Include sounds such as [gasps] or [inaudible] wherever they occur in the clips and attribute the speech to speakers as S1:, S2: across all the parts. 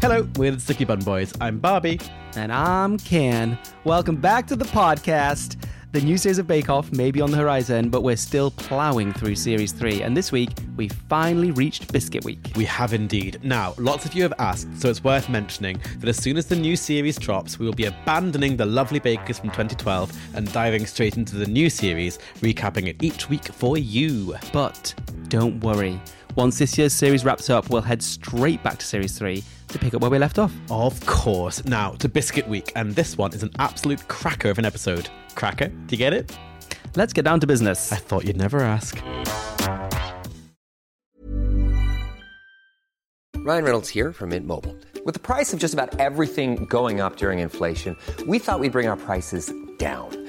S1: Hello, we're the Sticky Bun Boys. I'm Barbie.
S2: And I'm Can. Welcome back to the podcast. The new series of Bake Off may be on the horizon, but we're still plowing through Series 3. And this week, we finally reached Biscuit Week.
S1: We have indeed. Now, lots of you have asked, so it's worth mentioning that as soon as the new series drops, we will be abandoning the lovely bakers from 2012 and diving straight into the new series, recapping it each week for you.
S2: But don't worry. Once this year's series wraps up, we'll head straight back to Series 3 to pick up where we left off.
S1: Of course. Now, to Biscuit Week, and this one is an absolute cracker of an episode. Cracker? Do you get it?
S2: Let's get down to business.
S1: I thought you'd never ask.
S3: Ryan Reynolds here from Mint Mobile. With the price of just about everything going up during inflation, we thought we'd bring our prices down.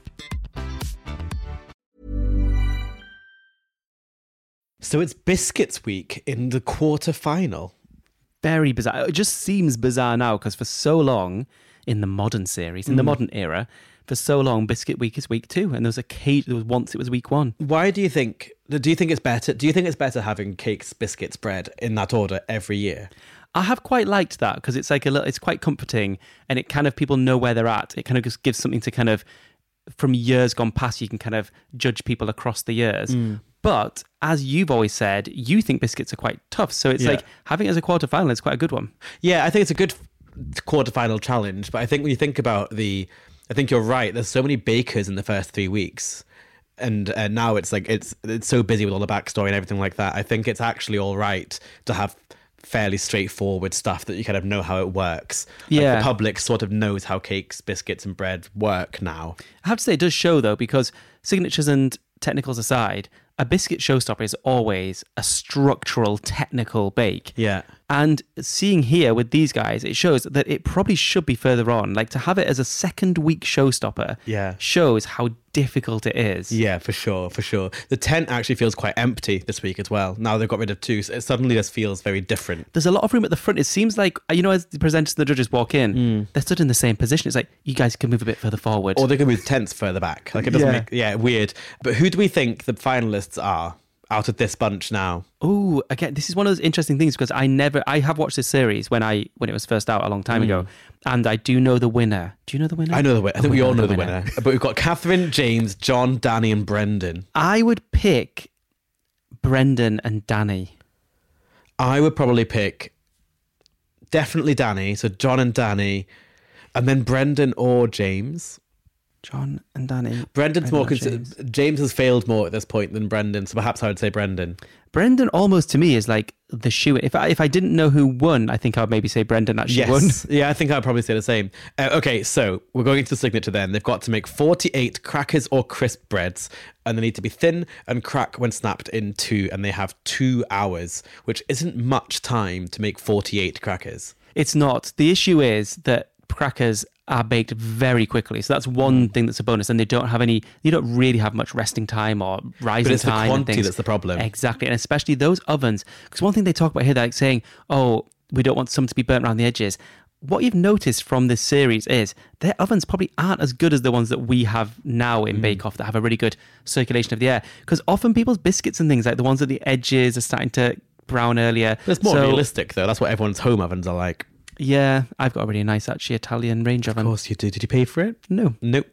S1: So it's Biscuits Week in the quarterfinal.
S2: Very bizarre. It just seems bizarre now because for so long in the modern series, in the modern era, for so long Biscuit Week is week two, and there was a cage. There was once it was week one.
S1: Why do you think? Do you think it's better? Do you think it's better having cakes, biscuits, bread in that order every year?
S2: I have quite liked that because it's like a little, it's quite comforting and it kind of people know where they're at. It kind of just gives something to kind of, from years gone past, you can kind of judge people across the years. But as you've always said, you think biscuits are quite tough. So it's
S1: Yeah.
S2: like having it as a quarterfinal is quite a good one.
S1: Yeah, I think it's a good quarterfinal challenge. But I think when you think about the, I think you're right. There's so many bakers in the first three weeks, and uh, now it's like it's it's so busy with all the backstory and everything like that. I think it's actually all right to have fairly straightforward stuff that you kind of know how it works. Like,
S2: Yeah.
S1: the public sort of knows how cakes, biscuits, and bread work now.
S2: I have to say, it does show though, because signatures and technicals aside, a biscuit showstopper is always a structural, technical bake.
S1: Yeah.
S2: And seeing here with these guys, it shows that it probably should be further on. Like to have it as a second week showstopper
S1: Yeah.
S2: shows how difficult it is.
S1: Yeah, for sure, for sure. The tent actually feels quite empty this week as well. Now they've got rid of two, so it suddenly just feels very different.
S2: There's a lot of room at the front. It seems like, you know, as the presenters and the judges walk in, they're stood in the same position. It's like, you guys can move a bit further forward.
S1: Hmm. Or they could move tents further back. Like it doesn't
S2: Yeah.
S1: make yeah, weird. But who do we think the finalists are out of this bunch now?
S2: Oh, again, this is one of those interesting things because I never, I have watched this series when I when it was first out a long time ago, and I do know the winner. Do you know the winner?
S1: Hmm.
S2: Oh
S1: I know the winner. I think we all know the winner.
S2: winner.
S1: But we've got Catherine, James, John, Danny, and Brendan.
S2: I would pick Brendan and Danny.
S1: I would probably pick definitely Danny. So John and Danny. And then Brendan or James.
S2: John and Danny.
S1: Brendan's
S2: Brendan
S1: more
S2: or
S1: cons-
S2: James.
S1: James. has failed more at this point than Brendan, so perhaps I would say Brendan.
S2: Brendan almost to me is like the shoe. If I if I didn't know who won, I think I'd maybe say Brendan actually won.
S1: Yes. yeah, I think I'd probably say the same. Uh, okay, so we're going into the signature then. They've got to make 48 crackers or crisp breads, and they need to be thin and crack when snapped in two, and they have two hours, which isn't much time to make 48 crackers.
S2: It's not. The issue is that crackers are baked very quickly, so that's one
S1: Hmm.
S2: thing that's a bonus. And they don't have any. You don't really have much resting time or rising
S1: it's the
S2: time. and
S1: quantity
S2: things.
S1: that's the problem.
S2: Exactly, and especially those ovens. Because one thing they talk about here, they're like saying, "Oh, we don't want some to be burnt around the edges." What you've noticed from this series is their ovens probably aren't as good as the ones that we have now
S1: Hmm.
S2: in Bake Off that have a really good circulation of the air. Because often people's biscuits and things like the ones at the edges are starting to brown earlier.
S1: But it's more
S2: So-
S1: realistic, though. That's what everyone's home ovens are like.
S2: yeah, I've got a really nice actually Italian range oven.
S1: Of course you do. Did you pay for it?
S2: No,
S1: Nope.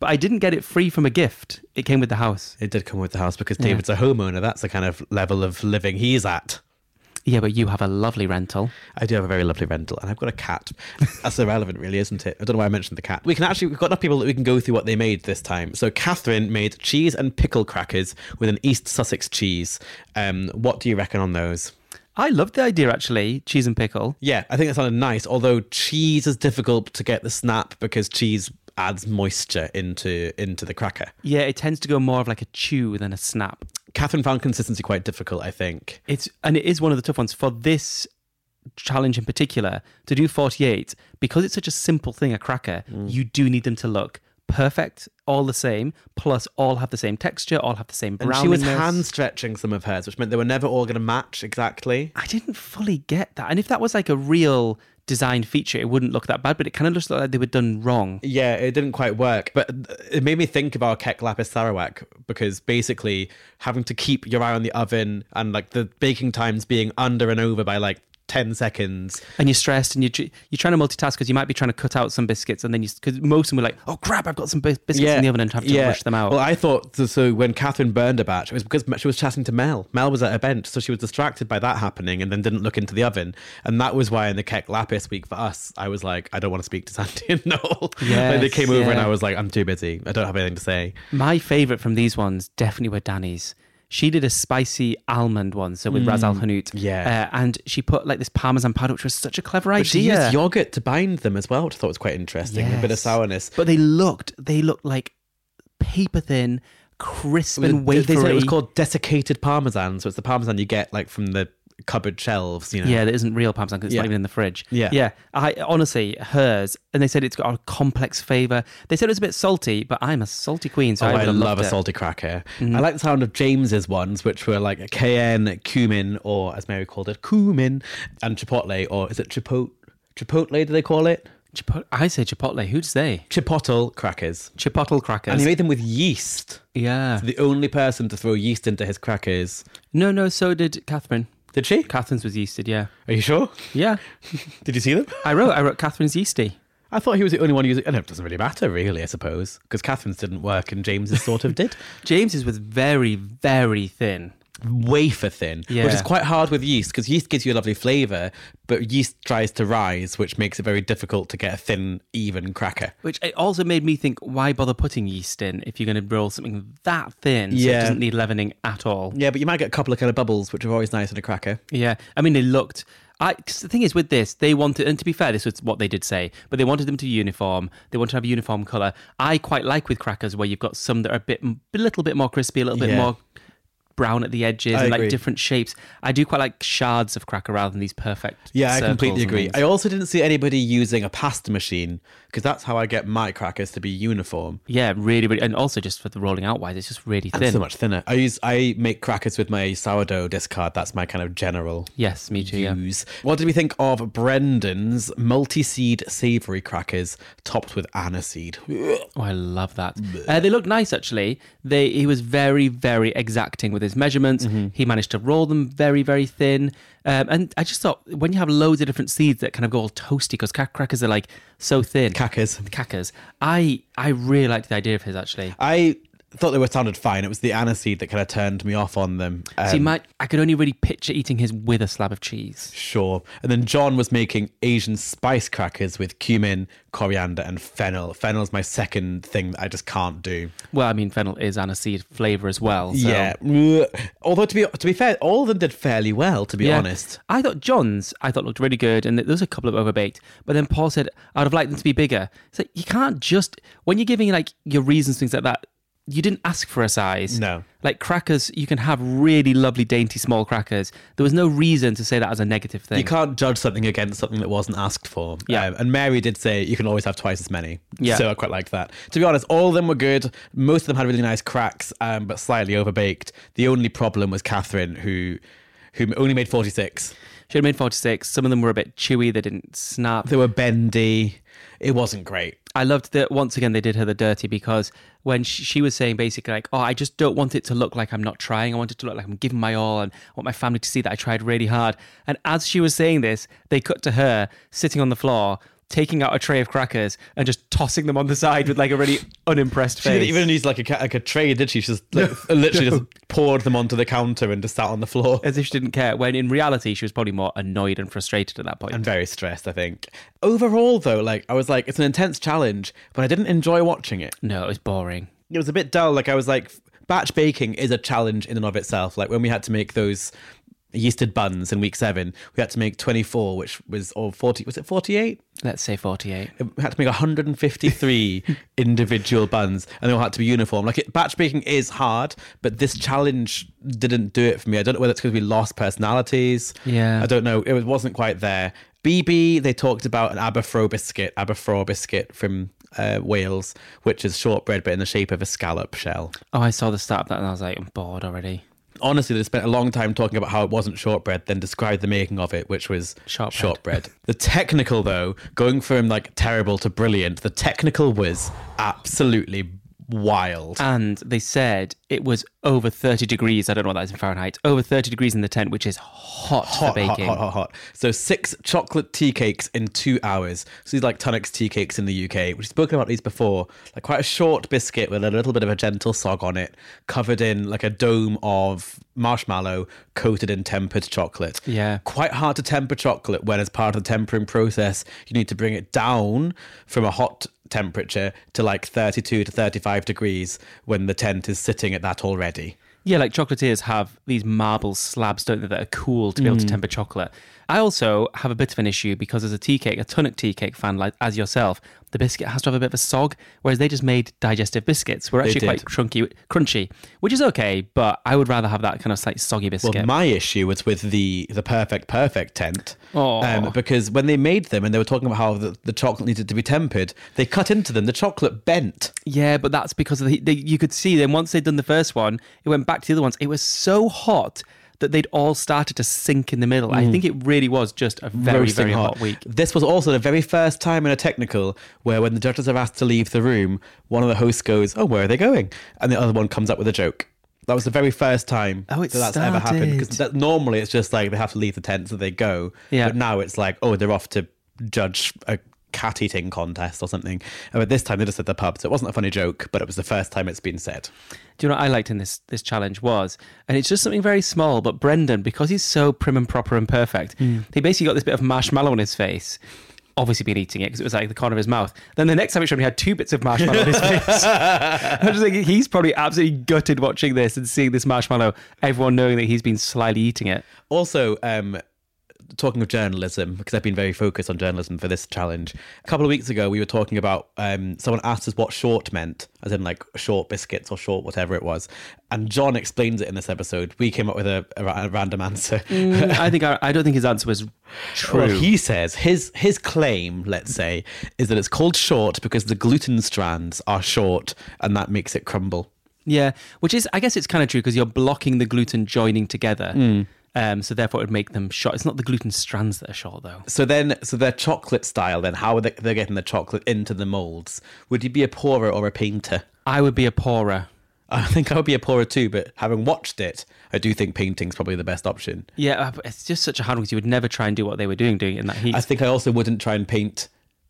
S2: but I didn't get it free from a gift. It came with the house.
S1: It did come with the house because David's a homeowner. That's the kind of level of living he's at.
S2: Yeah, but you have a lovely rental.
S1: I do have a very lovely rental, and I've got a cat. That's irrelevant, really, isn't it? I don't know why I mentioned the cat. We can actually we've got enough people that we can go through what they made this time. So Catherine made cheese and pickle crackers with an East Sussex cheese. Um, what do you reckon on those?
S2: I love the idea actually, cheese and pickle.
S1: Yeah, I think that sounded nice. Although cheese is difficult to get the snap because cheese adds moisture into into the cracker.
S2: Yeah, it tends to go more of like a chew than a snap.
S1: Catherine found consistency quite difficult, I think.
S2: It's and it is one of the tough ones for this challenge in particular to do 48 because it's such a simple thing a cracker
S1: Mm.
S2: you do need them to look perfect all the same plus all have the same texture all have the same
S1: And
S2: brown
S1: she was hand stretching some of hers, which meant they were never all going to match exactly.
S2: I didn't fully get that. And if that was like a real design feature, it wouldn't look that bad, but it kind of looks like they were done wrong.
S1: Yeah, it didn't quite work, but it made me think about Keck Lapis Sarawak because basically having to keep your eye on the oven and like the baking times being under and over by like 10 seconds.
S2: And you're stressed and you're, you're trying to multitask because you might be trying to cut out some biscuits and then you, because most of them were like, oh crap, I've got some bis- biscuits in the oven and have to rush them out.
S1: Well, I thought so, so. When Catherine burned a batch, it was because she was chatting to Mel. Mel was at a bench, so she was distracted by that happening and then didn't look into the oven. And that was why in the Keck Lapis week for us, I was like, I don't want to speak to Sandy [laughs] and Noel. Like, they
S2: Yes,
S1: came over and
S2: yeah.
S1: I was like, I'm too busy. I don't have anything to say.
S2: My favorite from these ones definitely were Danny's. She did a spicy almond one, so with Ras Al Hanout.
S1: Mm, yeah.
S2: Uh, and she put like this parmesan powder, which was such a clever
S1: But she
S2: idea.
S1: used yogurt to bind them as well, which I thought was quite interesting. A bit of
S2: Yes.
S1: sourness.
S2: But they looked, they looked like paper thin, crisp and
S1: they
S2: wafery.
S1: they said it was called desiccated parmesan, so it's the parmesan you get like from the cupboard shelves, you know.
S2: Yeah, that isn't real parmesan because it's
S1: Yeah.
S2: not even in the fridge.
S1: Yeah.
S2: yeah. I honestly hers, and they said it's got a complex flavor. They said it was a bit salty, but I'm a salty queen, so
S1: Oh,
S2: I,
S1: I, Mm-hmm.
S2: would've
S1: love
S2: loved
S1: a
S2: it.
S1: salty cracker. I like the sound of James's ones, which were like cayenne, cumin, or as Mary called it, cumin, and chipotle, or is it chipotle? Chipotle, do they call it?
S2: Chipotle, I say chipotle. Who'd say
S1: Chipotle crackers.
S2: chipotle crackers?
S1: And he made them with yeast.
S2: yeah.
S1: The only person to throw yeast into his crackers.
S2: No, no. So did Catherine.
S1: Did she?
S2: Catherine's was yeasted. Yeah.
S1: Are you [laughs] sure?
S2: Yeah.
S1: Did you see them?
S2: I wrote. I wrote Catherine's yeasty.
S1: I thought he was the only one using. I know it doesn't really matter, really. I suppose because Catherine's didn't work and James's sort of did. [laughs]
S2: James's was very, very thin.
S1: Wafer thin, which is
S2: Yeah.
S1: quite hard with yeast because yeast gives you a lovely flavour, but yeast tries to rise, which makes it very difficult to get a thin, even cracker.
S2: Which it also made me think, why bother putting yeast in if you're going to roll something that thin? So
S1: Yeah.
S2: it doesn't need leavening at all.
S1: Yeah, but you might get a couple of kind of bubbles, which are always nice in a cracker.
S2: Yeah, I mean, they looked. I cause the thing is with this, they wanted, and to be fair, this was what they did say, but they wanted them to uniform. They wanted to have a uniform color. I quite like with crackers where you've got some that are a bit, a little bit more crispy, a little bit
S1: Yeah.
S2: more brown at the edges,
S1: I
S2: and
S1: agree.
S2: like different shapes. I do quite like shards of cracker rather than these perfect.
S1: Yeah, I
S2: circles
S1: completely
S2: and
S1: agree.
S2: things.
S1: I also didn't see anybody using a pasta machine because that's how I get my crackers to be uniform.
S2: yeah, really, really, and also just for the rolling out wise, it's just really
S1: And
S2: thin.
S1: so much thinner. I use I make crackers with my sourdough discard. That's my kind of general
S2: Yes, me too. Yeah.
S1: use. What did we think of Brendan's multi-seed savoury crackers topped with aniseed?
S2: Oh, I love that. Uh, they look nice, actually. They he was very, very exacting with his measurements.
S1: Mm-hmm.
S2: He managed to roll them very, very thin. Um, and I just thought when you have loads of different seeds that kind of go all toasty, because crackers are like so thin.
S1: Crackers.
S2: Cackers. I I really liked the idea of his actually.
S1: I thought they were sounded fine. It was the aniseed that kind of turned me off on them. Um,
S2: so you might I could only really picture eating his with a slab of cheese.
S1: Sure. And then John was making Asian spice crackers with cumin, coriander, and fennel. Fennel's my second thing that I just can't do.
S2: Well, I mean, fennel is aniseed flavor as well. So.
S1: Yeah. Although to be to be fair, all of them did fairly well. To be
S2: Yeah.
S1: honest.
S2: I thought John's I thought looked really good, and there was a couple of overbaked. But then Paul said, "I'd have liked them to be bigger." So you can't just when you're giving like your reasons things like that. You didn't ask for a size.
S1: No.
S2: Like crackers, you can have really lovely, dainty, small crackers. There was no reason to say that as a negative thing.
S1: You can't judge something against something that wasn't asked for. Um,
S2: Yeah.
S1: and Mary did say you can always have twice as many.
S2: Yeah.
S1: So I quite liked that. To be honest, all of them were good. Most of them had really nice cracks, um, but slightly overbaked. The only problem was Catherine, who who only made 46.
S2: Should have made 46. Some of them were a bit chewy. They didn't snap.
S1: They were bendy. It wasn't great.
S2: I loved that once again they did her the dirty because when she, she was saying basically like, "Oh, I just don't want it to look like I'm not trying. I want it to look like I'm giving my all, and I want my family to see that I tried really hard." And as she was saying this, they cut to her sitting on the floor taking out a tray of crackers and just tossing them on the side with like a really unimpressed
S1: She
S2: face.
S1: didn't even use like a, ca- like a tray, did she? She just like, literally
S2: [laughs] no.
S1: just poured them onto the counter and just sat on the floor.
S2: as if she didn't care, when in reality, she was probably more annoyed and frustrated at that point.
S1: and very stressed, I think. Overall, though, like I was like, it's an intense challenge, but I didn't enjoy watching it.
S2: no, it was boring.
S1: It was a bit dull. Like I was like, batch baking is a challenge in and of itself. Like when we had to make those yeasted buns in week seven, we had to make 24, which was, or 40, was it 48?
S2: Let's say 48.
S1: We had to make 153 individual buns and they all had to be uniform. Like it, batch baking is hard, but this challenge didn't do it for me. I don't know whether it's because we lost personalities.
S2: Yeah.
S1: I don't know. It was- wasn't quite there. BB, they talked about an Aberfro biscuit, Aberfro biscuit from uh, Wales, which is shortbread but in the shape of a scallop shell.
S2: Oh, I saw the start of that and I was like, I'm bored already.
S1: Honestly, they spent a long time talking about how it wasn't shortbread, then described the making of it, which was
S2: Shortbread.
S1: shortbread. the technical, though, going from like terrible to brilliant, the technical was absolutely wild.
S2: And they said it was over 30 degrees. I don't know what that is in Fahrenheit. Over 30 degrees in the tent, which is hot, for
S1: hot,
S2: baking.
S1: hot, hot, hot, hot. So six chocolate tea cakes in two hours. So these are like Tunnocks tea cakes in the UK. We've spoken about these before. Like quite a short biscuit with a little bit of a gentle sog on it, covered in like a dome of marshmallow coated in tempered chocolate.
S2: Yeah.
S1: Quite hard to temper chocolate when as part of the tempering process, you need to bring it down from a hot temperature to like 32 to 35 degrees when the tent is sitting at that already.
S2: Yeah, like chocolatiers have these marble slabs, don't they, that are cool to be
S1: Mm.
S2: able to temper chocolate. I also have a bit of an issue because as a tea cake, a tonic tea cake fan like as yourself, the biscuit has to have a bit of a sog, whereas they just made digestive biscuits. Were actually quite
S1: did.
S2: crunky, crunchy, which is okay, but I would rather have that kind of slight soggy biscuit.
S1: Well, my issue was with the the perfect perfect tent, Um,
S2: Aw.
S1: because when they made them and they were talking about how the, the chocolate needed to be tempered, they cut into them. The chocolate bent.
S2: Yeah, but that's because of the, they, you could see then once they'd done the first one, it went back to the other ones. It was so hot that they'd all started to sink in the middle. I think it really was just a very,
S1: roasting
S2: very hot week.
S1: This was also the very first time in a technical where, when the judges are asked to leave the room, one of the hosts goes, "Oh, where are they going?" and the other one comes up with a joke. That was the very first time
S2: Oh, it
S1: that that's ever happened. Because
S2: started.
S1: that, normally it's just like they have to leave the tent so they go.
S2: Yeah.
S1: But now it's like, oh, they're off to judge a cat eating contest or something. Uh, But this time they just said the pub, so it wasn't a funny joke, but it was the first time it's been said.
S2: Do you know what I liked in this this challenge was, and it's just something very small, but Brendan, because he's so prim and proper and perfect, he basically got this bit of marshmallow on his face. Obviously, been eating it because it was like the corner of his mouth. Then the next time it showed, him, he had two bits of marshmallow on his face. I'm just thinking he's probably absolutely gutted watching this and seeing this marshmallow. Everyone knowing that he's been slyly eating it.
S1: Also, um, talking of journalism, because I've been very focused on journalism for this challenge. A couple of weeks ago, we were talking about um, someone asked us what short meant, as in like short biscuits or short whatever it was. And John explains it in this episode. We came up with a, a ra- a random answer.
S2: I think I, I don't think his answer was Mm. true.
S1: Well, he says his his claim, let's say, is that it's called short because the gluten strands are short, and that makes it crumble.
S2: yeah, which is I guess it's kind of true because you're blocking the gluten joining together.
S1: Hmm.
S2: Um, so therefore, it would make them short. It's not the gluten strands that are short though.
S1: So then, so their chocolate style. Then, how are they they're getting the chocolate into the molds? Would you be a pourer or a painter?
S2: I would be a pourer.
S1: I think I would be a pourer too, but having watched it, I do think painting's probably the best option.
S2: Yeah, uh, but it's just such a hard one because you would never try and do what they were doing, doing it in that heat.
S1: I think I also wouldn't try and paint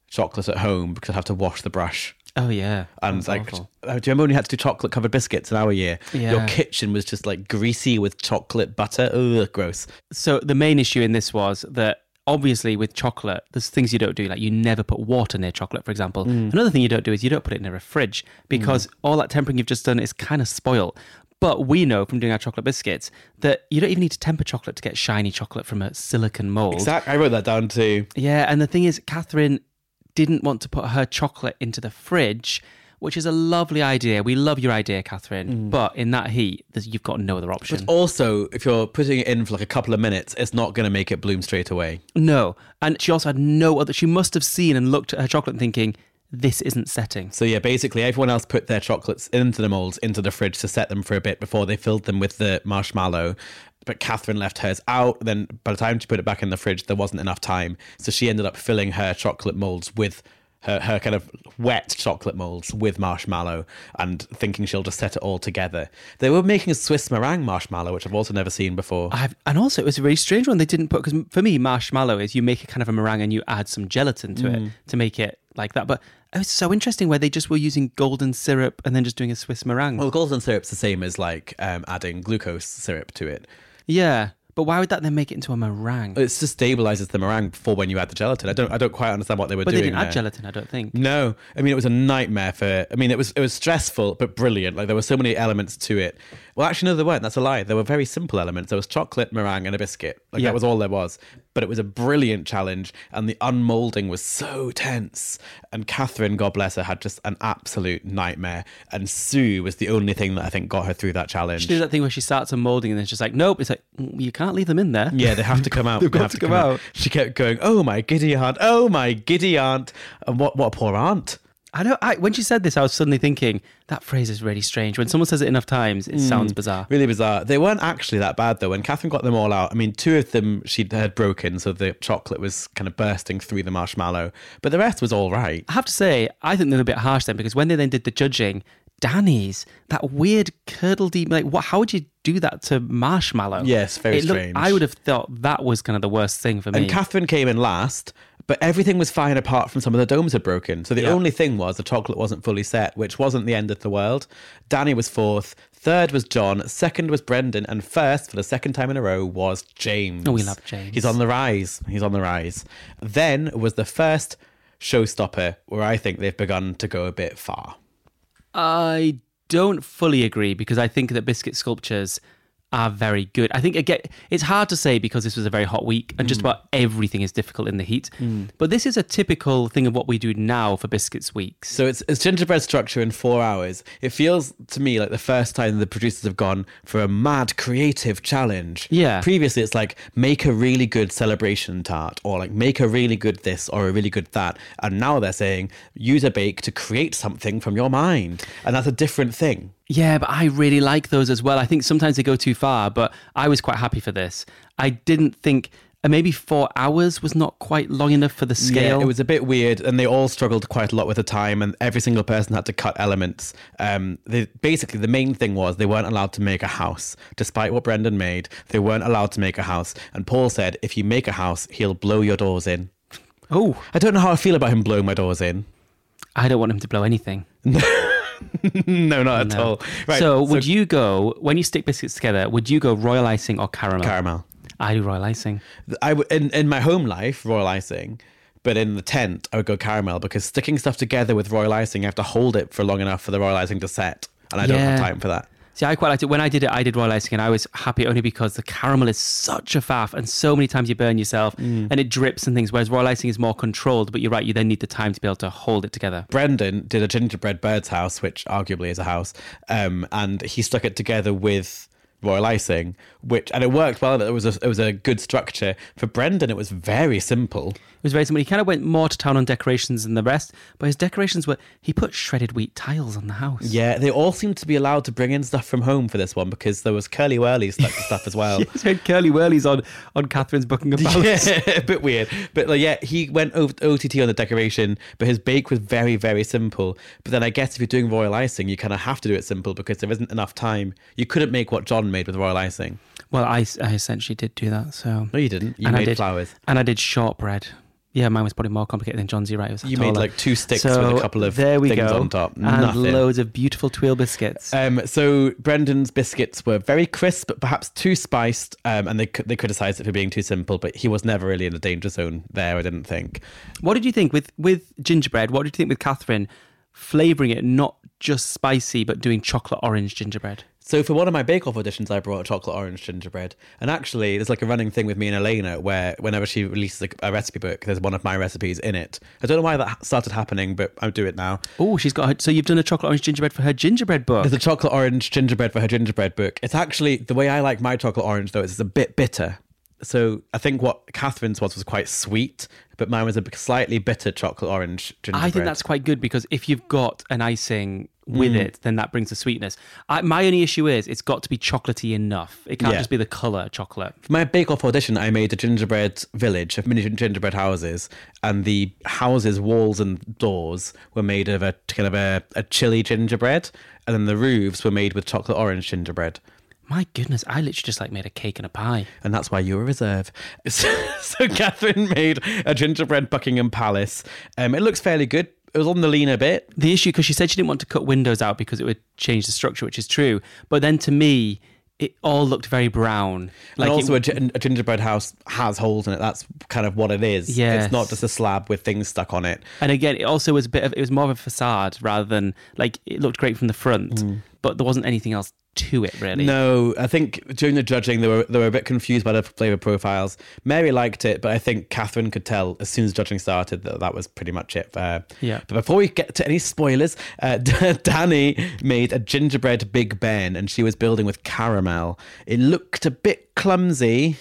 S1: chocolate at home because I'd have to wash the brush.
S2: oh yeah,
S1: And
S2: That's
S1: like,
S2: awful.
S1: oh, do you remember when you had to do chocolate covered biscuits in our year?
S2: Yeah.
S1: Your kitchen was just like greasy with chocolate butter. Ugh, gross.
S2: so the main issue in this was that obviously with chocolate, there's things you don't do, like you never put water near chocolate, for example. Another thing you don't do is you don't put it near a fridge because all that tempering you've just done is kind of spoiled. But we know from doing our chocolate biscuits that you don't even need to temper chocolate to get shiny chocolate from a silicon mold.
S1: Exactly. I wrote that down
S2: [laughs]
S1: too.
S2: Yeah, and the thing is, Catherine didn't want to put her chocolate into the fridge, which is a lovely idea. We love your idea, Catherine, but in that heat, there's- you've got no other option.
S1: Also, if you're putting it in for like a couple of minutes, it's not going to make it bloom straight away.
S2: no, and she also had no other. She must have seen and looked at her chocolate, and thinking this isn't setting.
S1: So yeah, basically everyone else put their chocolates into the molds into the fridge to set them for a bit before they filled them with the marshmallow. But Catherine left hers out. Then by the time she put it back in the fridge, there wasn't enough time, so she ended up filling her chocolate molds with her, her kind of wet chocolate molds with marshmallow and thinking she'll just set it all together. They were making a Swiss meringue marshmallow, which I've also never seen before.
S2: I've, and also, it was a very strange one they didn't put because for me, marshmallow is you make a kind of a meringue and you add some gelatin to
S1: Mm.
S2: it to make it like that. But it was so interesting where they just were using golden syrup and then just doing a Swiss meringue.
S1: well, golden syrup's the same as like um, adding glucose syrup to it.
S2: yeah, but why would that then make it into a meringue?
S1: It just stabilizes the meringue for when you add the gelatin. I don't, I don't quite understand what they were
S2: but they
S1: doing. Mm.
S2: didn't add
S1: there.
S2: gelatin, I don't think.
S1: No, I mean it was a nightmare for. I mean it was it was stressful but brilliant. Like there were so many elements to it. Well, actually no, there weren't. That's a lie. There were very simple elements. There was chocolate meringue and a biscuit. Like
S2: Yeah.
S1: that was all there was. But it was a brilliant challenge, and the unmolding was so tense. And Catherine, God bless her, had just an absolute nightmare. And Sue was the only thing that I think got her through that challenge.
S2: She did that thing where she starts unmolding and then she's like, nope. It's like, "Mm, you can't leave them in there.
S1: Yeah, they have to
S2: [laughs]
S1: come out.
S2: They've
S1: They
S2: got
S1: have
S2: to come out.
S1: She kept going, "Oh my giddy aunt! Oh my giddy aunt!" And what? What a poor aunt!
S2: I know. I, when she said this, I was suddenly thinking, that phrase is really strange. When someone says it enough times, it sounds
S1: Mm.
S2: bizarre.
S1: Really bizarre. They weren't actually that bad though. When Catherine got them all out, I mean, two of them she had broken, so the chocolate was kind of bursting through the marshmallow, but the rest was all right.
S2: I have to say, I think they were a bit harsh then because when they then did the judging, Danny's that weird curdledy like what? How would you do that to marshmallow?
S1: Yes, very
S2: It looked-
S1: strange.
S2: I would have thought that was kind of the worst thing for me.
S1: And Catherine came in last, but everything was fine apart from some of the domes had broken. So the
S2: Yeah.
S1: only thing was the chocolate wasn't fully set, which wasn't the end of the world. Danny was fourth, third was John, second was Brendan, and first for the second time in a row was James.
S2: Oh, we love James.
S1: He's on the rise. He's on the rise. Then was the first showstopper where I think they've begun to go a bit far.
S2: I don't fully agree because I think that biscuit sculptures are very good. I think again, it's hard to say because this was a very hot week and
S1: Mm.
S2: just about everything is difficult in the heat. But this is a typical thing of what we do now for biscuits weeks.
S1: So it's, it's gingerbread structure in four hours. It feels to me like the first time the producers have gone for a mad creative challenge.
S2: Yeah.
S1: Previously, it's like make a really good celebration tart or like make a really good this or a really good that. And now they're saying use a bake to create something from your mind. And that's a different thing.
S2: Yeah, but I really like those as well. I think sometimes they go too far, but I was quite happy for this. I didn't think and maybe four hours was not quite long enough for the scale.
S1: Yeah, it was a bit weird, and they all struggled quite a lot with the time, and every single person had to cut elements. Um, they, basically, the main thing was they weren't allowed to make a house, despite what Brendan made. They weren't allowed to make a house, and Paul said, "If you make a house, he'll blow your doors in."
S2: oh,
S1: I don't know how I feel about him blowing my doors in.
S2: I don't want him to blow anything.
S1: No, not at
S2: No.
S1: all. Right,
S2: so, would you go when you stick biscuits together? Would you go royal icing or caramel?
S1: caramel?
S2: I do royal icing.
S1: I w- in in my home life, royal icing. But in the tent, I would go caramel because sticking stuff together with royal icing, you have to hold it for long enough for the royal icing to set, and I don't have
S2: Yeah.
S1: time for that.
S2: See, I quite liked it. When I did it, I did royal icing and I was happy only because the caramel is such a faff and so many times you burn yourself
S1: Mm.
S2: and it drips and things, whereas royal icing is more controlled, but you're right, you then need the time to be able to hold it together.
S1: Brendan did a gingerbread bird's house, which arguably is a house, um, and he stuck it together with royal icing, which and it worked well. It was a, it was a good structure for Brendan. It was very simple.
S2: It was very simple. He kind of went more to town on decorations than the rest, but his decorations were he put shredded wheat tiles on the house.
S1: Yeah, [laughs] they all seemed to be allowed to bring in stuff from home for this one because there was curly whirly stuck to stuff [laughs] as
S2: [laughs]
S1: well.
S2: He's had curly whirlies on on Catherine's [laughs] Buckingham Palace.
S1: Yeah, [laughs] a bit weird. But like, yeah, he went o- OTT on the decoration, but his bake was very, very simple. But then I guess if you're doing royal icing, you kind of have to do it simple because there isn't enough time. You couldn't make what John made with royal icing.
S2: Well, I, I essentially did do that. So
S1: No, you didn't. You
S2: and I
S1: made
S2: did,
S1: flowers.
S2: and I did shortbread. Yeah, mine was probably more complicated than John's. You're right. It was
S1: You made,
S2: taller.
S1: like, two sticks
S2: So
S1: with a couple of
S2: there we
S1: things
S2: go,
S1: on top.
S2: and
S1: Nothing.
S2: loads of beautiful twill biscuits.
S1: Um, so Brendan's biscuits were very crisp, but perhaps too spiced, um, and they c- they criticised it for being too simple. But he was never really in the danger zone there. I didn't think.
S2: what did you think with with gingerbread? What did you think with Catherine flavoring it not just spicy but doing chocolate orange gingerbread?
S1: So for one of my bake off auditions, I brought chocolate orange gingerbread, and actually, there's like a running thing with me and Elena where whenever she releases a, a recipe book, there's one of my recipes in it. I don't know why that ha- started happening, but I do it now.
S2: Oh, she's got her, so you've done a chocolate orange gingerbread for her gingerbread book.
S1: There's a chocolate orange gingerbread for her gingerbread book. It's actually the way I like my chocolate orange though is it's a bit bitter. So I think what Catherine's was was quite sweet, but mine was a slightly bitter chocolate orange gingerbread. Mm.
S2: I think that's quite good because if you've got an icing with it, then that brings the sweetness. I, my only issue is it's got to be chocolatey enough. It can't
S1: Yeah.
S2: just be the color chocolate.
S1: For my Bake Off audition, I made a gingerbread village of mini gingerbread houses, and the houses, walls, and doors were made of a kind of a, a chili gingerbread, and then the roofs were made with chocolate orange gingerbread.
S2: My goodness, I literally just like made a cake and a pie.
S1: and that's why you were a reserve. [laughs] So, so Catherine made a gingerbread Buckingham Palace. Um, it looks fairly good. It was on the leaner bit.
S2: the issue because she said she didn't want to cut windows out because it would change the structure, which is true. But then to me, it all looked very brown.
S1: Like and also,
S2: it,
S1: a, gin- a gingerbread house has holes in it. That's kind of what it is.
S2: Yes.
S1: It's not just a slab with things stuck on it.
S2: and again, it also was a bit of it was more of a facade rather than like it looked great from the front,
S1: Mm.
S2: but there wasn't anything else to it really.
S1: No, I think during the judging, they were, they were a bit confused by the flavour profiles. Mary liked it, but I think Catherine could tell as soon as judging started that that was pretty much it. Uh,
S2: Yeah.
S1: But before we get to any spoilers, uh, [laughs] Danny made a gingerbread Big Ben and she was building with caramel. It looked a bit clumsy,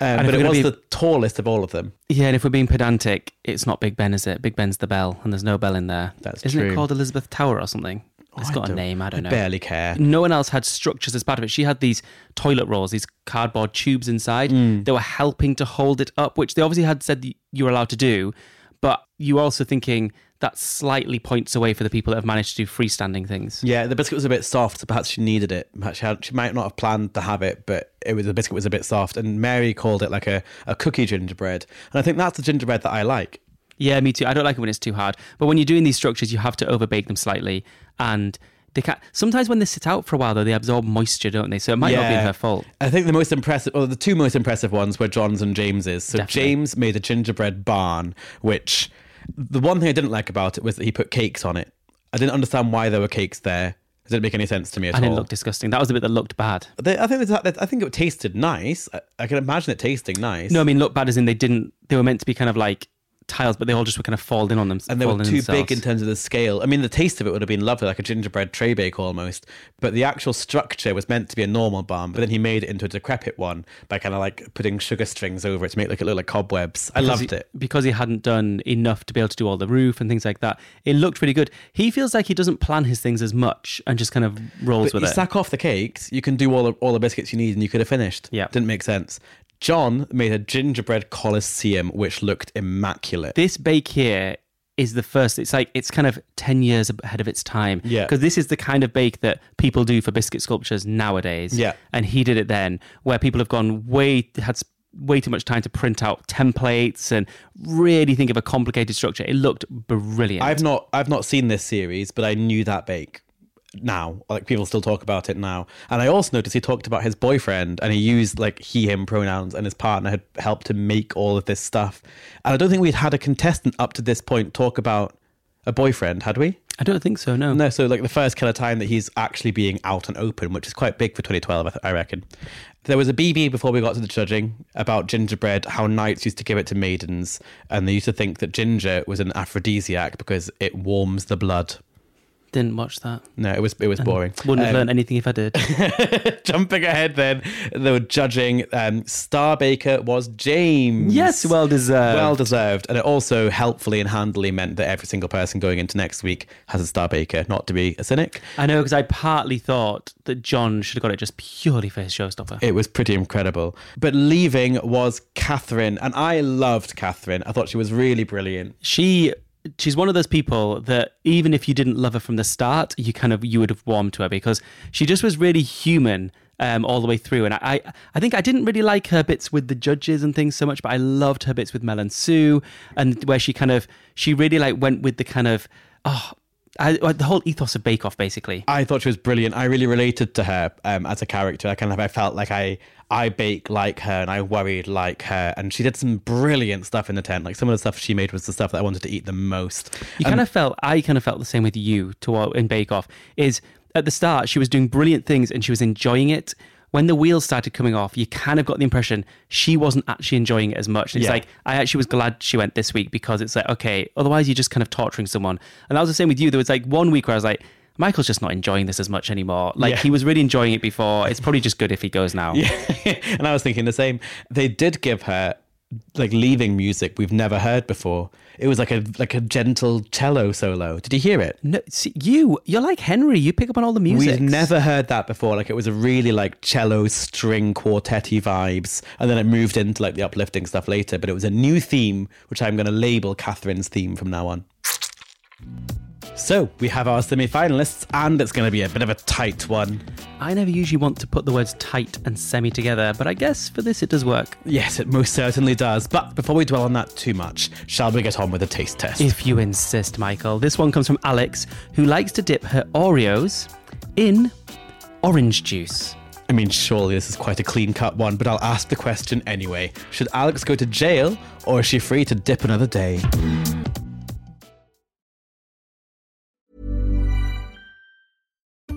S1: uh,
S2: if
S1: but
S2: we're
S1: it
S2: gonna
S1: was
S2: be-
S1: the tallest of all of them.
S2: Yeah, and if we're being pedantic, it's not Big Ben, is it? Big Ben's the bell, and there's no bell in there.
S1: That's
S2: isn't it
S1: true. Oh,
S2: called Elizabeth Tower or something? It's
S1: I
S2: got a name. I don't know.
S1: barely care.
S2: no one else had structures as part of it. She had these toilet rolls, these cardboard tubes inside.
S1: Hmm.
S2: They were helping to hold it up, which they obviously had said that you were allowed to do, but you were also thinking that slightly points away for the people that have managed to do freestanding things.
S1: Yeah, the biscuit was a bit soft, so perhaps she needed it. Perhaps she, had, she might not have planned to have it, but it was the biscuit was a bit soft. And Mary called it like a, a cookie gingerbread. And I think that's the gingerbread that I like.
S2: Yeah, me too. I don't like it when it's too hard. But when you're doing these structures, you have to overbake them slightly. And they can sometimes when they sit out for a while though, they absorb moisture, don't they? So it might not be her fault.
S1: I think the most impressive, or the two most impressive ones were John's and James's. So
S2: Definitely.
S1: James made a gingerbread barn, which the one thing I didn't like about it was that he put cakes on it. I didn't understand why there were cakes there. It didn't make any sense to me at
S2: And it
S1: all.
S2: looked disgusting. That was the bit that looked bad.
S1: They- I think it's- I think it tasted nice. I, I can imagine it tasting nice.
S2: No, I mean look bad as in they didn't they were meant to be kind of like tiles, but they all just were kind of folding on them.
S1: and they were
S2: folding
S1: too big
S2: themselves.
S1: in terms of the scale. I mean, the taste of it would have been lovely, like a gingerbread tray bake almost. But the actual structure was meant to be a normal barn, but then he made it into a decrepit one by kind of like putting sugar strings over it to make like it look like cobwebs. I
S2: because
S1: loved
S2: he-
S1: it.
S2: because he hadn't done enough to be able to do all the roof and things like that. It looked pretty good. He feels like he doesn't plan his things as much and just kind of rolls
S1: But
S2: with
S1: you
S2: it.
S1: sack off the cakes, you can do all the, all the biscuits you need, and you could have finished.
S2: Yeah.
S1: didn't make sense. John made a gingerbread coliseum, which looked immaculate.
S2: this bake here is the first. It's like it's kind of ten years ahead of its time.
S1: Yeah.
S2: because this is the kind of bake that people do for biscuit sculptures nowadays.
S1: Yeah.
S2: and he did it then, where people have gone way had. s- Way too much time to print out templates and really think of a complicated structure. It looked brilliant.
S1: I've not I've not seen this series, but I knew that bake now. Like people still talk about it now. And I also noticed he talked about his boyfriend and he used like he him pronouns and his partner had helped him make all of this stuff. And I don't think we'd had a contestant up to this point talk about a boyfriend, had we?
S2: I don't think so. No.
S1: No, so like the first kind of time that he's actually being out and open, which is quite big for 2012, I, th- I reckon. There was a BB before we got to the judging about gingerbread, how knights used to give it to maidens, and they used to think that ginger was an aphrodisiac because it warms the blood.
S2: didn't watch that.
S1: No, it was it was boring.
S2: Wouldn't have
S1: Um,
S2: learned anything if I
S1: [laughs]
S2: did.
S1: Jumping ahead, then they were judging. Um, Star Baker was James.
S2: Yes, well deserved.
S1: Well deserved. And it also helpfully and handily meant that every single person going into next week has a Star Baker, not to be a cynic.
S2: I know because I partly thought that John should have got it just purely for his showstopper.
S1: It was pretty incredible. But leaving was Catherine, and I loved Catherine. I thought she was really brilliant.
S2: she she's one of those people that even if you didn't love her from the start, you kind of you would have warmed to her because she just was really human um, all the way through. And I, I I think I didn't really like her bits with the judges and things so much, but I loved her bits with Mel and Sue and where she kind of she really like went with the kind of oh. I, the whole ethos of Bake Off, basically.
S1: I thought she was brilliant. I really related to her um, as a character. I kind of I felt like I I bake like her and I worried like her. And she did some brilliant stuff in the tent. Like some of the stuff she made was the stuff that I wanted to eat the most. [laughs]
S2: You kind of felt, I kind of felt the same with you to, in Bake Off, is at the start, she was doing brilliant things and she was enjoying it. When the wheels started coming off, you kind of got the impression she wasn't actually enjoying it as much. And it's
S1: Yeah.
S2: like, I actually was glad she went this week because it's like, okay, otherwise you're just kind of torturing someone. And that was the same with you. There was like one week where I was like, Michael's just not enjoying this as much anymore. Like
S1: Yeah.
S2: he was really enjoying it before. It's probably just good if he goes now.
S1: and I was thinking the same. They did give her like leaving music we've never heard before. It was like a like a gentle cello solo. Did you hear it?
S2: No, see, you, you're like Henry. You pick up on all the music.
S1: We've never heard that before. Like it was a really like cello string quartetty vibes, and then it moved into like the uplifting stuff later. But it was a new theme, which I'm going to label Catherine's theme from now on. So we have our semi-finalists, and it's going to be a bit of a tight one.
S2: I never usually want to put the words tight and semi together, but I guess for this it does work.
S1: Yes, it most certainly does. But before we dwell on that too much, shall we get on with the taste test?
S2: If you insist, Michael. This one comes from Alex, who likes to dip her Oreos in orange juice.
S1: I mean, surely this is quite a clean cut one, but I'll ask the question anyway. Should Alex go to jail, or is she free to dip another day?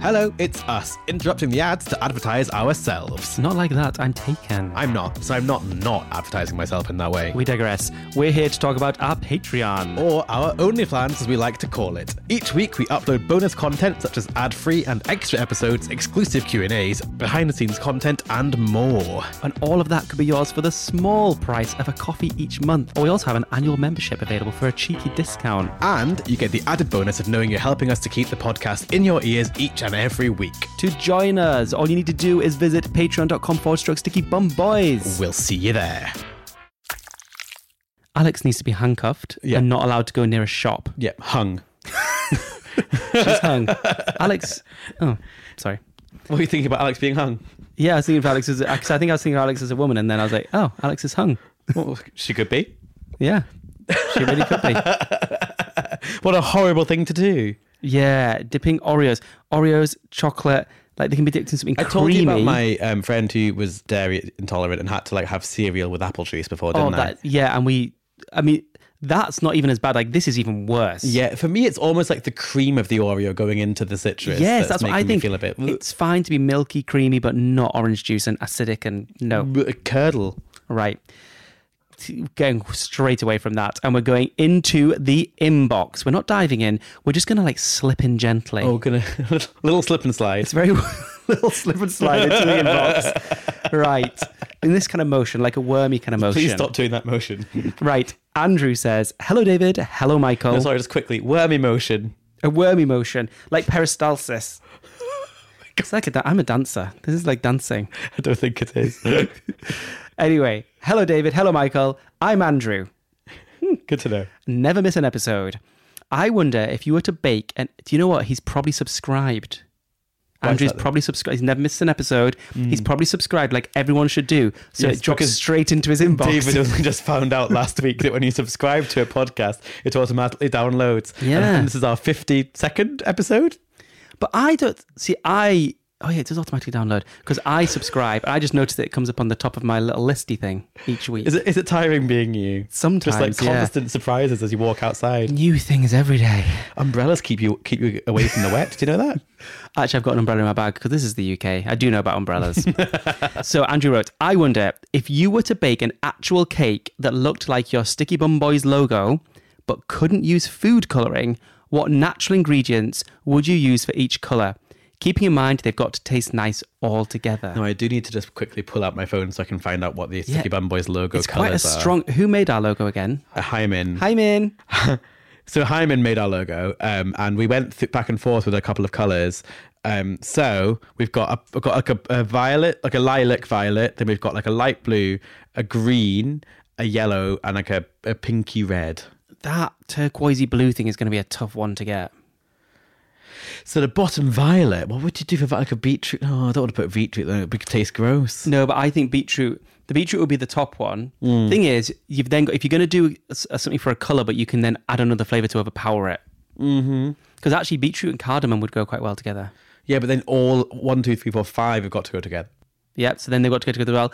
S1: Hello, it's us, interrupting the ads to advertise ourselves.
S2: It's not like that. I'm taken.
S1: I'm not, so I'm not not advertising myself in that way.
S2: we digress. We're here to talk about our Patreon.
S1: or our OnlyFans as we like to call it. Each week we upload bonus content such as ad-free and extra episodes, exclusive Q&As, behind-the-scenes content and more.
S2: And all of that could be yours for the small price of a coffee each month. Or we also have an annual membership available for a cheeky discount.
S1: And you get the added bonus of knowing you're helping us to keep the podcast in your ears each and every week.
S2: To join us, all you need to do is visit patreon.com forward stroke sticky bum boys.
S1: We'll see you there.
S2: Alex needs to be handcuffed
S1: Yeah.
S2: and not allowed to go near a shop.
S1: Yep, hung.
S2: She's
S1: [laughs]
S2: hung. Alex. Oh, sorry.
S1: What are you thinking about Alex being hung?
S2: Yeah, I was thinking of Alex as because I think I was thinking of Alex as a woman, and then I was like, oh, Alex is hung.
S1: [laughs] Well, she could be.
S2: Yeah, she really
S1: [laughs]
S2: could be.
S1: What a horrible thing to do.
S2: Yeah, dipping Oreos, Oreos, chocolate, like they can be dipped in something
S1: I told
S2: creamy.
S1: you about my um, friend who was dairy intolerant and had to like have cereal with apple juice before,
S2: oh,
S1: didn't I?
S2: that yeah, and we, I mean, that's not even as bad. Like this is even worse.
S1: Yeah, for me, it's almost like the cream of the Oreo going into the citrus.
S2: Yes, that's, what I
S1: making
S2: think.
S1: Me feel a bit
S2: It's fine to be milky, creamy, but not orange juice and acidic and no.
S1: a curdle.
S2: Right. Going straight away from that, and we're going into the inbox. We're not diving in. We're just going to like slip in gently.
S1: Oh, gonna [laughs] little slip and slide.
S2: It's very [laughs] little slip and slide into the inbox. [laughs] Right. In this kind of motion, like a wormy kind of motion.
S1: Please stop doing that motion. [laughs]
S2: Right. Andrew says, Hello, David. Hello, Michael.
S1: No, sorry, just quickly. Wormy motion.
S2: A wormy motion, like [laughs] peristalsis. It's like a da- I'm a dancer. This is like dancing.
S1: I don't think it is. [laughs]
S2: Anyway, hello, David. Hello, Michael. I'm Andrew.
S1: Good to know.
S2: Never miss an episode. I wonder if you were to bake, and do you know what? He's probably subscribed.
S1: Why is
S2: Andrew's
S1: that then? Hmm.
S2: probably subscribed. He's never missed an episode. He's probably subscribed like everyone should do. So
S1: Yes,
S2: it drops
S1: because
S2: straight into his inbox.
S1: David [laughs] only just found out last week that when you subscribe to a podcast, it automatically downloads. And
S2: Yeah.
S1: this is our 52nd episode.
S2: But I don't see. I oh yeah, it does automatically download because I subscribe. and I just noticed that it comes up on the top of my little listy thing each week.
S1: Is it is it tiring being you? Just like
S2: Sometimes, yeah. Mm.
S1: constant surprises as you walk outside.
S2: new things every day?
S1: Umbrellas keep you keep you away from the wet. Do you know that?
S2: Actually, I've got an umbrella in my bag because this is the UK. I do know about umbrellas. so Andrew wrote, "I wonder if you were to bake an actual cake that looked like your Sticky Bum Boys logo, but couldn't use food coloring. What natural ingredients would you use for each color?" Keeping in mind they've got to taste nice all together.
S1: No, I do need to just quickly pull out my phone so I can find out what the
S2: Yeah.
S1: Sticky Bum Boys logo
S2: it's
S1: colors
S2: quite a strong. Who made our logo again?
S1: are. Hyman.
S2: Hyman.
S1: so Hyman made our logo, um, and we went th- back and forth with a couple of colors. Um, so we've got a we've got like a, a violet, like a lilac violet. Then we've got like a light blue, a green, a yellow, and like a, a pinky red.
S2: That turquoisey blue thing is going to be a tough one to get.
S1: So the bottom violet. What would you do for vi- like a beetroot? No, I don't want to put beetroot. though. It would taste gross.
S2: No, but I think beetroot. The beetroot would be the top one. Thing is, you've then got if you're going to do s- uh, something for a color, but you can then add another flavor to overpower it. Mm-hmm. Because actually, beetroot and cardamom would go quite well together.
S1: Yeah, but then all one, two, three, four, five have got to go together.
S2: Yep. So then they've got to go together well.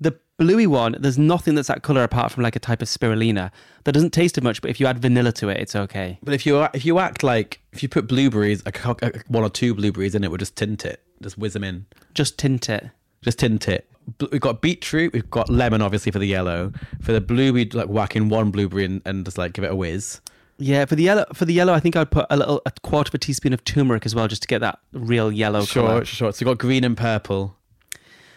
S2: The bluey one, there's nothing that's that color apart from like a type of spirulina that doesn't taste of much. But if you add vanilla to it, it's okay.
S1: But if you if you act like if you put blueberries, a, co- a, one or two blueberries in it, would just tint it, just whiz them in.
S2: Just tint it.
S1: just tint it. Bl- We've got beetroot, we've got lemon, obviously for the yellow. For the blue, we'd like whack in one blueberry and, and just like give it a whiz.
S2: Yeah, for the yellow, for the yellow, I think I'd put a little a quarter of a teaspoon of turmeric as well, just to get that real yellow
S1: Sure,
S2: color.
S1: sure. So we've got green and purple.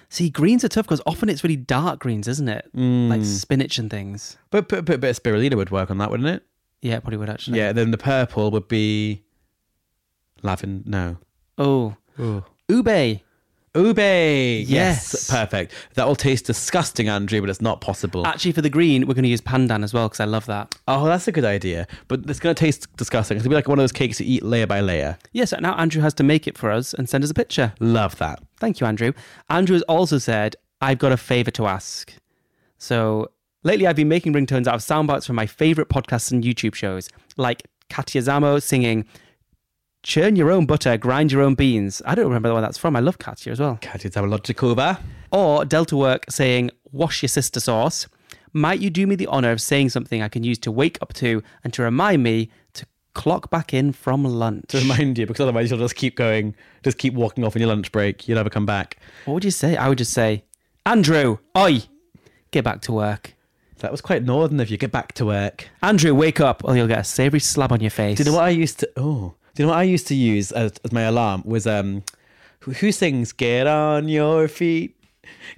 S2: See, greens are tough because often it's really dark greens, isn't it?
S1: Mm.
S2: Like spinach and things.
S1: But put, put a bit of spirulina would work on that, wouldn't it?
S2: Yeah, it probably would actually.
S1: Yeah. Then the purple would be lavender. No,
S2: Oh, ube.
S1: ube.
S2: Yes.
S1: perfect. That will taste disgusting, Andrew, but it's not possible.
S2: Actually, for the green, we're going to use pandan as well because I love that.
S1: oh, that's a good idea. But it's gonna taste disgusting. It's gonna be like one of those cakes you eat layer by layer.
S2: Yes, now Andrew has to make it for us and send us a picture.
S1: Love that.
S2: Thank you, Andrew. Andrew has also said, I've got a favour to ask. So lately I've been making ringtones out of soundbites from my favourite podcasts and YouTube shows, like Katia Zamo singing, Churn your own butter, grind your own beans. I don't remember the one that's from. I love Katia as well.
S1: Catch it, have a logical there.
S2: Or Delta Work saying, Wash your sister sauce. Might you do me the honour of saying something I can use to wake up to and to remind me to clock back in from lunch?
S1: to remind you because otherwise you'll just keep going, just keep walking off on your lunch break. You'll never come back.
S2: What would you say? I would just say, Andrew, oi, get back to work.
S1: That was quite northern of you. Get back to work.
S2: Andrew, wake up, or you'll get a savoury slab on your face.
S1: Do you know what I used to? Oh, do you know what I used to use as, as my alarm was um, who, who sings "Get on your feet,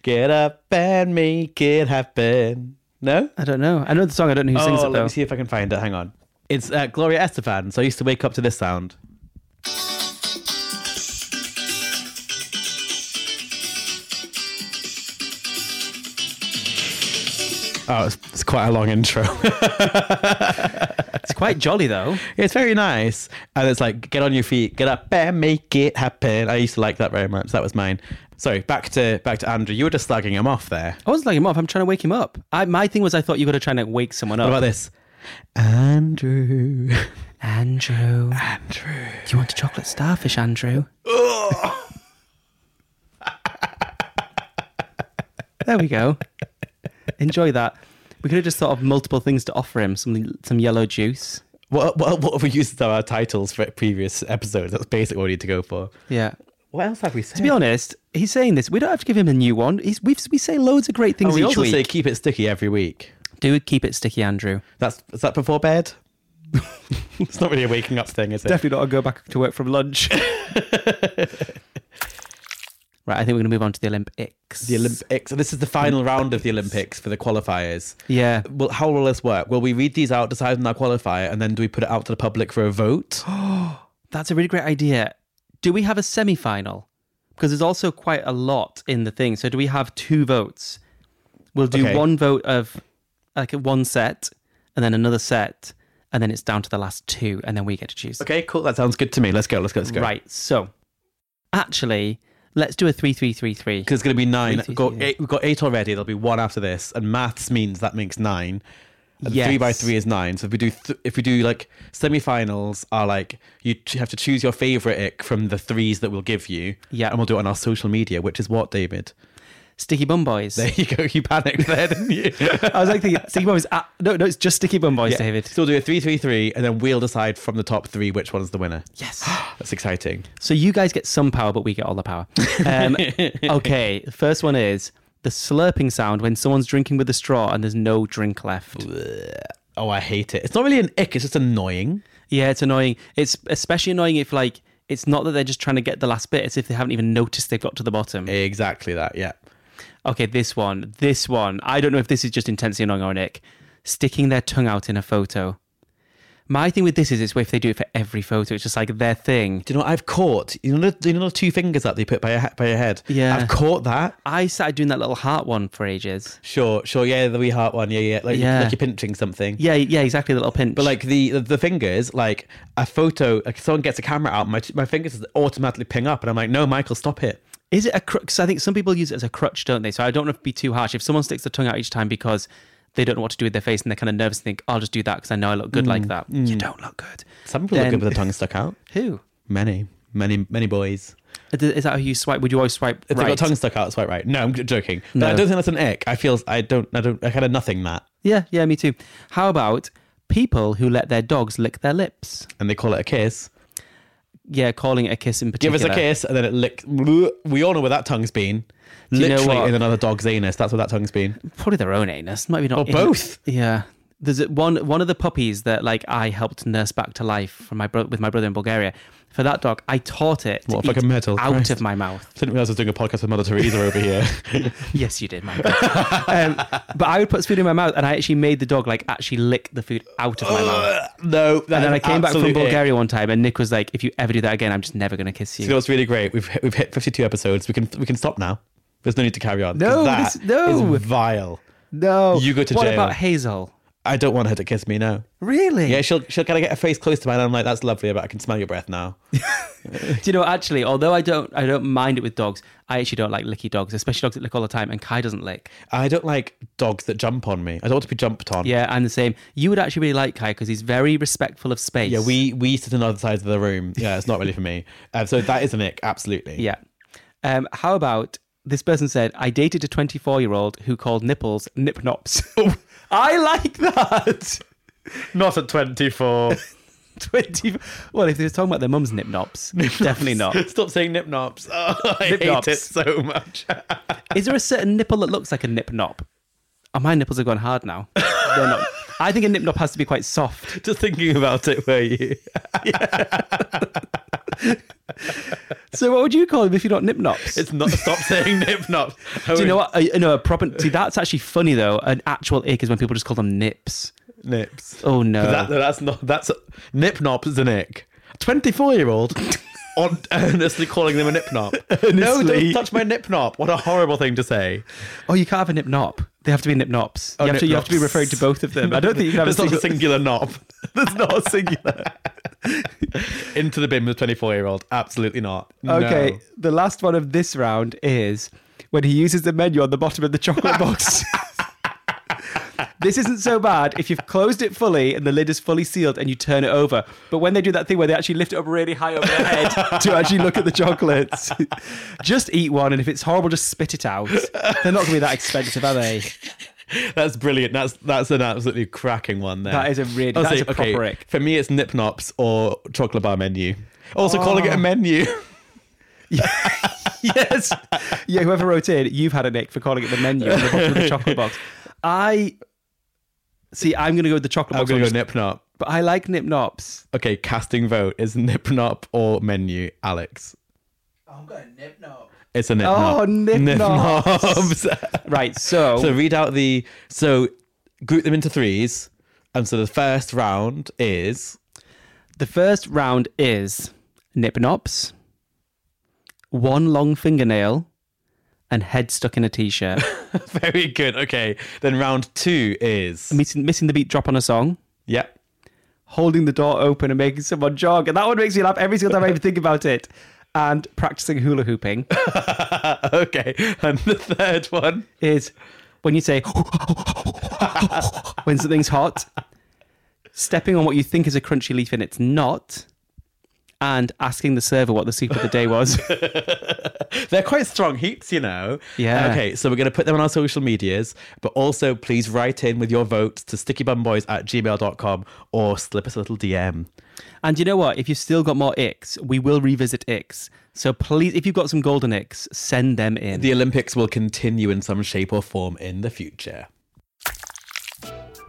S1: get up and make it happen"? No.
S2: I don't know. I know the song. I don't know who sings
S1: oh,
S2: it
S1: let
S2: though.
S1: me see if I can find it. Hang on. It's uh, Gloria Estefan. So I used to wake up to this sound. Oh, it's, it's quite a long intro. [laughs]
S2: It's quite jolly though.
S1: It's very nice. And it's like, get on your feet, get up and make it happen. I used to like that very much. That was mine. Sorry, back to back to Andrew. You were just slagging him off there.
S2: I wasn't like him off. I'm trying to wake him up. I, my thing was, I thought you were going to try and like, wake someone
S1: What about
S2: up.
S1: this? Andrew. [laughs]
S2: Andrew, Andrew, do you want a chocolate starfish, Andrew? there we go. Enjoy that. We could have just thought of multiple things to offer him. Something, some yellow juice.
S1: What what what have we used as our titles for previous episodes? That's basically what we need to go for.
S2: Yeah.
S1: What else have we said?
S2: To be honest, he's saying this. We don't have to give him a new one. He's, we've, Oh, we say loads of great things
S1: we
S2: each
S1: also
S2: week.
S1: say keep it sticky every week.
S2: Do keep it sticky, Andrew.
S1: That's is that before bed? [laughs] it's not really a waking up thing, is it?
S2: Definitely not a go back to work from lunch. [laughs] right, I think we're going to move on to the Olympics.
S1: The Olympics. This is the final round of the Olympics for the qualifiers.
S2: Yeah.
S1: Well, how will this work? Will we read these out, decide on our qualifier, and then do we put it out to the public for a
S2: [gasps]
S1: vote?
S2: That's a really great idea. Do we have a semi final? Because there's also quite a lot in the thing. So do we have two votes? We'll do
S1: Okay.
S2: one vote of like one set and then another set. And then it's down to the last two. And then we get to choose.
S1: okay, cool. That sounds good to me. Let's go. Let's go. Let's go.
S2: Right. So actually, let's do a three three three three.
S1: because it's going to be nine.
S2: Three, two,
S1: We've got,
S2: three,
S1: eight, we've got eight already. There'll be one after this, and maths means that makes nine. And Three by
S2: Yes.
S1: three is nine. So if we do, th- if we do like semi-finals, are like you ch- have to choose your favorite ick from the threes that we'll give you.
S2: Yeah.
S1: and we'll do it on our social media, which is what David. [laughs]
S2: Sticky Bum Boys.
S1: There you go. You panicked there, didn't
S2: [laughs]
S1: you?
S2: I was like thinking Sticky Bum Boys. Uh, no, no, it's just Sticky Bum Boys,
S1: Yeah.
S2: David.
S1: So we'll do a three, three, three, and then we'll decide from the top three which one's the winner.
S2: Yes.
S1: [gasps] That's exciting.
S2: So you guys get some power, but we get all the power.
S1: [laughs]
S2: Um, okay, the first one is the slurping sound when someone's drinking with a straw and there's no drink left.
S1: Oh, I hate it. It's not really an ick. It's just annoying.
S2: Yeah, it's annoying. It's especially annoying if like it's not that they're just trying to get the last bit; it's if they haven't even noticed they've got to the bottom.
S1: Exactly that. Yeah.
S2: Okay, this one, this one. I don't know if this is just intensely annoying or Nick sticking their tongue out in a photo. My thing with this is it's if they do it for every photo. It's just like their thing.
S1: Do you know what I've caught? You know, the, you know the two fingers that they put by your, he- by your head?
S2: Yeah.
S1: I've caught that.
S2: I started doing that little heart one for ages.
S1: Sure, sure. Yeah, the wee heart one. Yeah, yeah. Like,
S2: Yeah.
S1: like you're pinching something.
S2: Yeah, yeah, exactly. The little pinch.
S1: But like the, the the fingers, like a photo, like someone gets a camera out, my my fingers automatically ping up, and I'm like, no, Michael, stop it.
S2: Is it a crutch? I think some people use it as a crutch, don't they? So I don't know if it'd be too harsh. If someone sticks their tongue out each time because they don't know what to do with their face and they're kind of nervous and think, I'll just do that because I know I look good
S1: Mm,
S2: like that. You don't look good.
S1: Some people
S2: Then-
S1: look good with their tongue stuck out.
S2: Who?
S1: Many, many, many boys.
S2: Is is that how you swipe? Would you always swipe
S1: If
S2: right?
S1: they've got tongue stuck out, it's quite right. No, I'm j- joking. But I
S2: No.
S1: don't think that's an ick. I feel I don't I don't I kind of nothing that,
S2: yeah, yeah, me too. How about people who let their dogs lick their lips?
S1: and they call it a kiss.
S2: Yeah, calling it a kiss in
S1: Give
S2: particular.
S1: us a kiss, and then it licks. We all know where that tongue's been.
S2: you know
S1: Literally
S2: what?
S1: in another dog's anus. That's where that tongue's been.
S2: probably their own anus. Maybe not.
S1: Or both.
S2: Yeah. There's a- one one of the puppies that like I helped nurse back to life from my bro- with my brother in Bulgaria. For that dog, I taught it to
S1: What a
S2: eat
S1: fucking metal.
S2: out
S1: Christ.
S2: of my mouth.
S1: Didn't realize I was doing a podcast with Mother Teresa over
S2: [laughs]
S1: here.
S2: Yes, you did, Michael. um, but I would put food in my mouth, and I actually made the dog like actually lick the food out of my mouth.
S1: [laughs] no, that
S2: And then I came back from
S1: Bulgaria.
S2: Bulgaria one time, and Nick was like, "If you ever do that again, I'm just never going to kiss
S1: You know
S2: you."
S1: what's really great? We've hit- we've hit 52 episodes. We can we can stop now. There's no need to carry on. 'cause
S2: No,
S1: that
S2: this- no.
S1: is vile.
S2: No,
S1: You go to
S2: what
S1: jail. [laughs]
S2: about Hazel?
S1: I don't want her to kiss me. No.
S2: Really?
S1: Yeah, she'll she'll kind of get her face close to mine. And I'm like, that's lovely, but I can smell your breath now.
S2: Do you know actually? Although I don't, I don't mind it with dogs. I actually don't like licky dogs, especially dogs that lick all the time. And Kai doesn't lick.
S1: I don't like dogs that jump on me. I don't want to be jumped on.
S2: Yeah, I'm the same. You would actually really like Kai because he's very respectful of space.
S1: Yeah, we we sit on other sides of the room. Yeah, it's not really for me. Um, so that is an ick, absolutely.
S2: Yeah. Um, how about this person said, I dated a 24 year old who called nipples nip nops. [laughs] Oh, I like that. [laughs]
S1: Not at 24.
S2: 20. Well, if they were talking about their mum's [laughs] nip nops, definitely not.
S1: [laughs] Stop saying nip nops. Oh, I
S2: Nip-nops.
S1: hate it so much. [laughs]
S2: Is there a certain nipple that looks like a nip nop? Oh, my nipples have gone hard now. They're [laughs] not. I think a nip nop has to be quite soft.
S1: Just thinking about it, were you?
S2: So, what would you call them if you're not nip nops?
S1: It's not. Stop saying nip nops. [laughs]
S2: Do you know what? Uh, no, a proper. See, that's actually funny though. An actual ick is when people just call them nips.
S1: Nips. Uh,
S2: Oh no.
S1: But that, that's not. That's nip nops is an ick. 24 year [laughs] old. On earnestly calling them a nip nop. No, don't
S2: Earnestly.
S1: touch my nip nop. What a horrible thing to say.
S2: Oh, you can't have a nip nop. They have to be nip nops. you, have to, you have to be
S1: Oh, nip-nops.
S2: referring to both of them. I don't think you can have a
S1: There's not
S2: single.
S1: a singular
S2: [laughs]
S1: knob. There's not a singular. Into the bin with a 24 year old. Absolutely not.
S2: okay, the last one of this round is when he uses the menu on the bottom of the
S1: [laughs]
S2: chocolate box. this isn't so bad if you've closed it fully and the lid is fully sealed and you turn it over. But when they do that thing where they actually lift it up really high over
S1: [laughs]
S2: their head to actually look at the chocolates, just eat one. And if it's horrible, just spit it out. They're not going to be that expensive, are they?
S1: No. That's brilliant. That's that's an absolutely cracking one there.
S2: That is a really-
S1: I'll
S2: that's
S1: say,
S2: a proper
S1: okay,
S2: ick.
S1: For me, it's nip nops or chocolate bar menu. Also calling
S2: Oh.
S1: it a
S2: [laughs]
S1: menu.
S2: yes. Yeah, whoever wrote in, you've had a nick for calling it the menu on the bottom of the chocolate box. I see. I'm going to go with the chocolate
S1: I'm
S2: box,
S1: going to
S2: one,
S1: go nip nop.
S2: but I like nip nops.
S1: Okay, casting vote is nip nop or menu, Alex. I'm going nip nop.
S2: Oh,
S1: It's a nip nop.
S2: nip-nops.
S1: nip
S2: Right. So,
S1: So read out the so group them into threes, and so the first round is [laughs]
S2: the first round is nip nops, one long fingernail, and head stuck in
S1: [laughs]
S2: a t-shirt.
S1: very good. Okay, then round two is
S2: missing, missing the beat drop on a song.
S1: yep. [laughs]
S2: Holding the door open and making someone jog, and that one makes me laugh every single time I even think about it. and practicing hula hooping
S1: okay. And the third one.
S2: is when you say when something's hot, stepping on what you think is a crunchy leaf and it's not, and asking the server what the soup of the day was.
S1: They're quite strong heats, you know.
S2: Yeah.
S1: Okay, so we're going to put them on our social medias, but also please write in with your votes to stickybumboys at gmail.com or slip us a little DM.
S2: and you know what? If you've still got more icks, we will revisit icks. So please, if you've got some golden icks, send them in.
S1: The Olympics will continue in some shape or form in the future.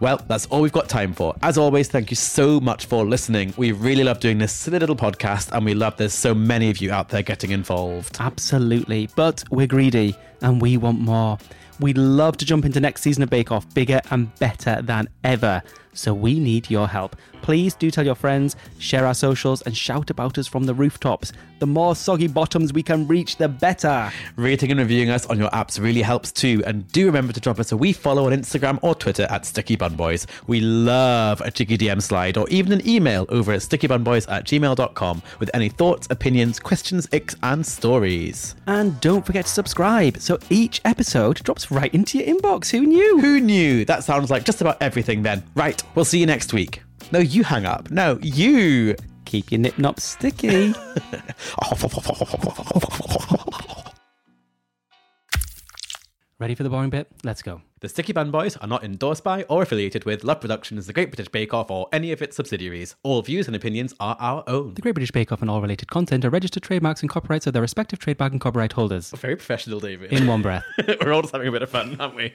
S1: Well, that's all we've got time for. As always, thank you so much for listening. We really love doing this silly little podcast, and we love there's so many of you out there getting involved.
S2: Absolutely. But we're greedy and we want more. We'd love to jump into next season of Bake Off bigger and better than ever. So we need your help. Please do tell your friends, share our socials, and shout about us from the rooftops. The more soggy bottoms we can reach, the better.
S1: Rating and reviewing us on your apps really helps too. And do remember to drop us a wee follow on Instagram or Twitter at Sticky Bun Boys. We love a cheeky DM slide or even an email over at stickybunboys at gmail.com with any thoughts, opinions, questions, icks, and stories.
S2: And don't forget to subscribe so each episode drops right into your inbox. Who knew?
S1: Who knew? That sounds like just about everything then. Right, we'll see you next week. No, you hang up. No, you.
S2: Keep your nip nops sticky. Ready for the boring bit? Let's go.
S1: [laughs] The Sticky Bun Boys are not endorsed by or affiliated with Love Productions, The Great British Bake Off, or any of its subsidiaries. All views and opinions are our own.
S2: The Great British Bake Off and all related content are registered trademarks and copyrights of their respective trademark and copyright holders.
S1: Very professional, David.
S2: In one breath.
S1: [laughs] We're all just having a bit of fun, aren't we?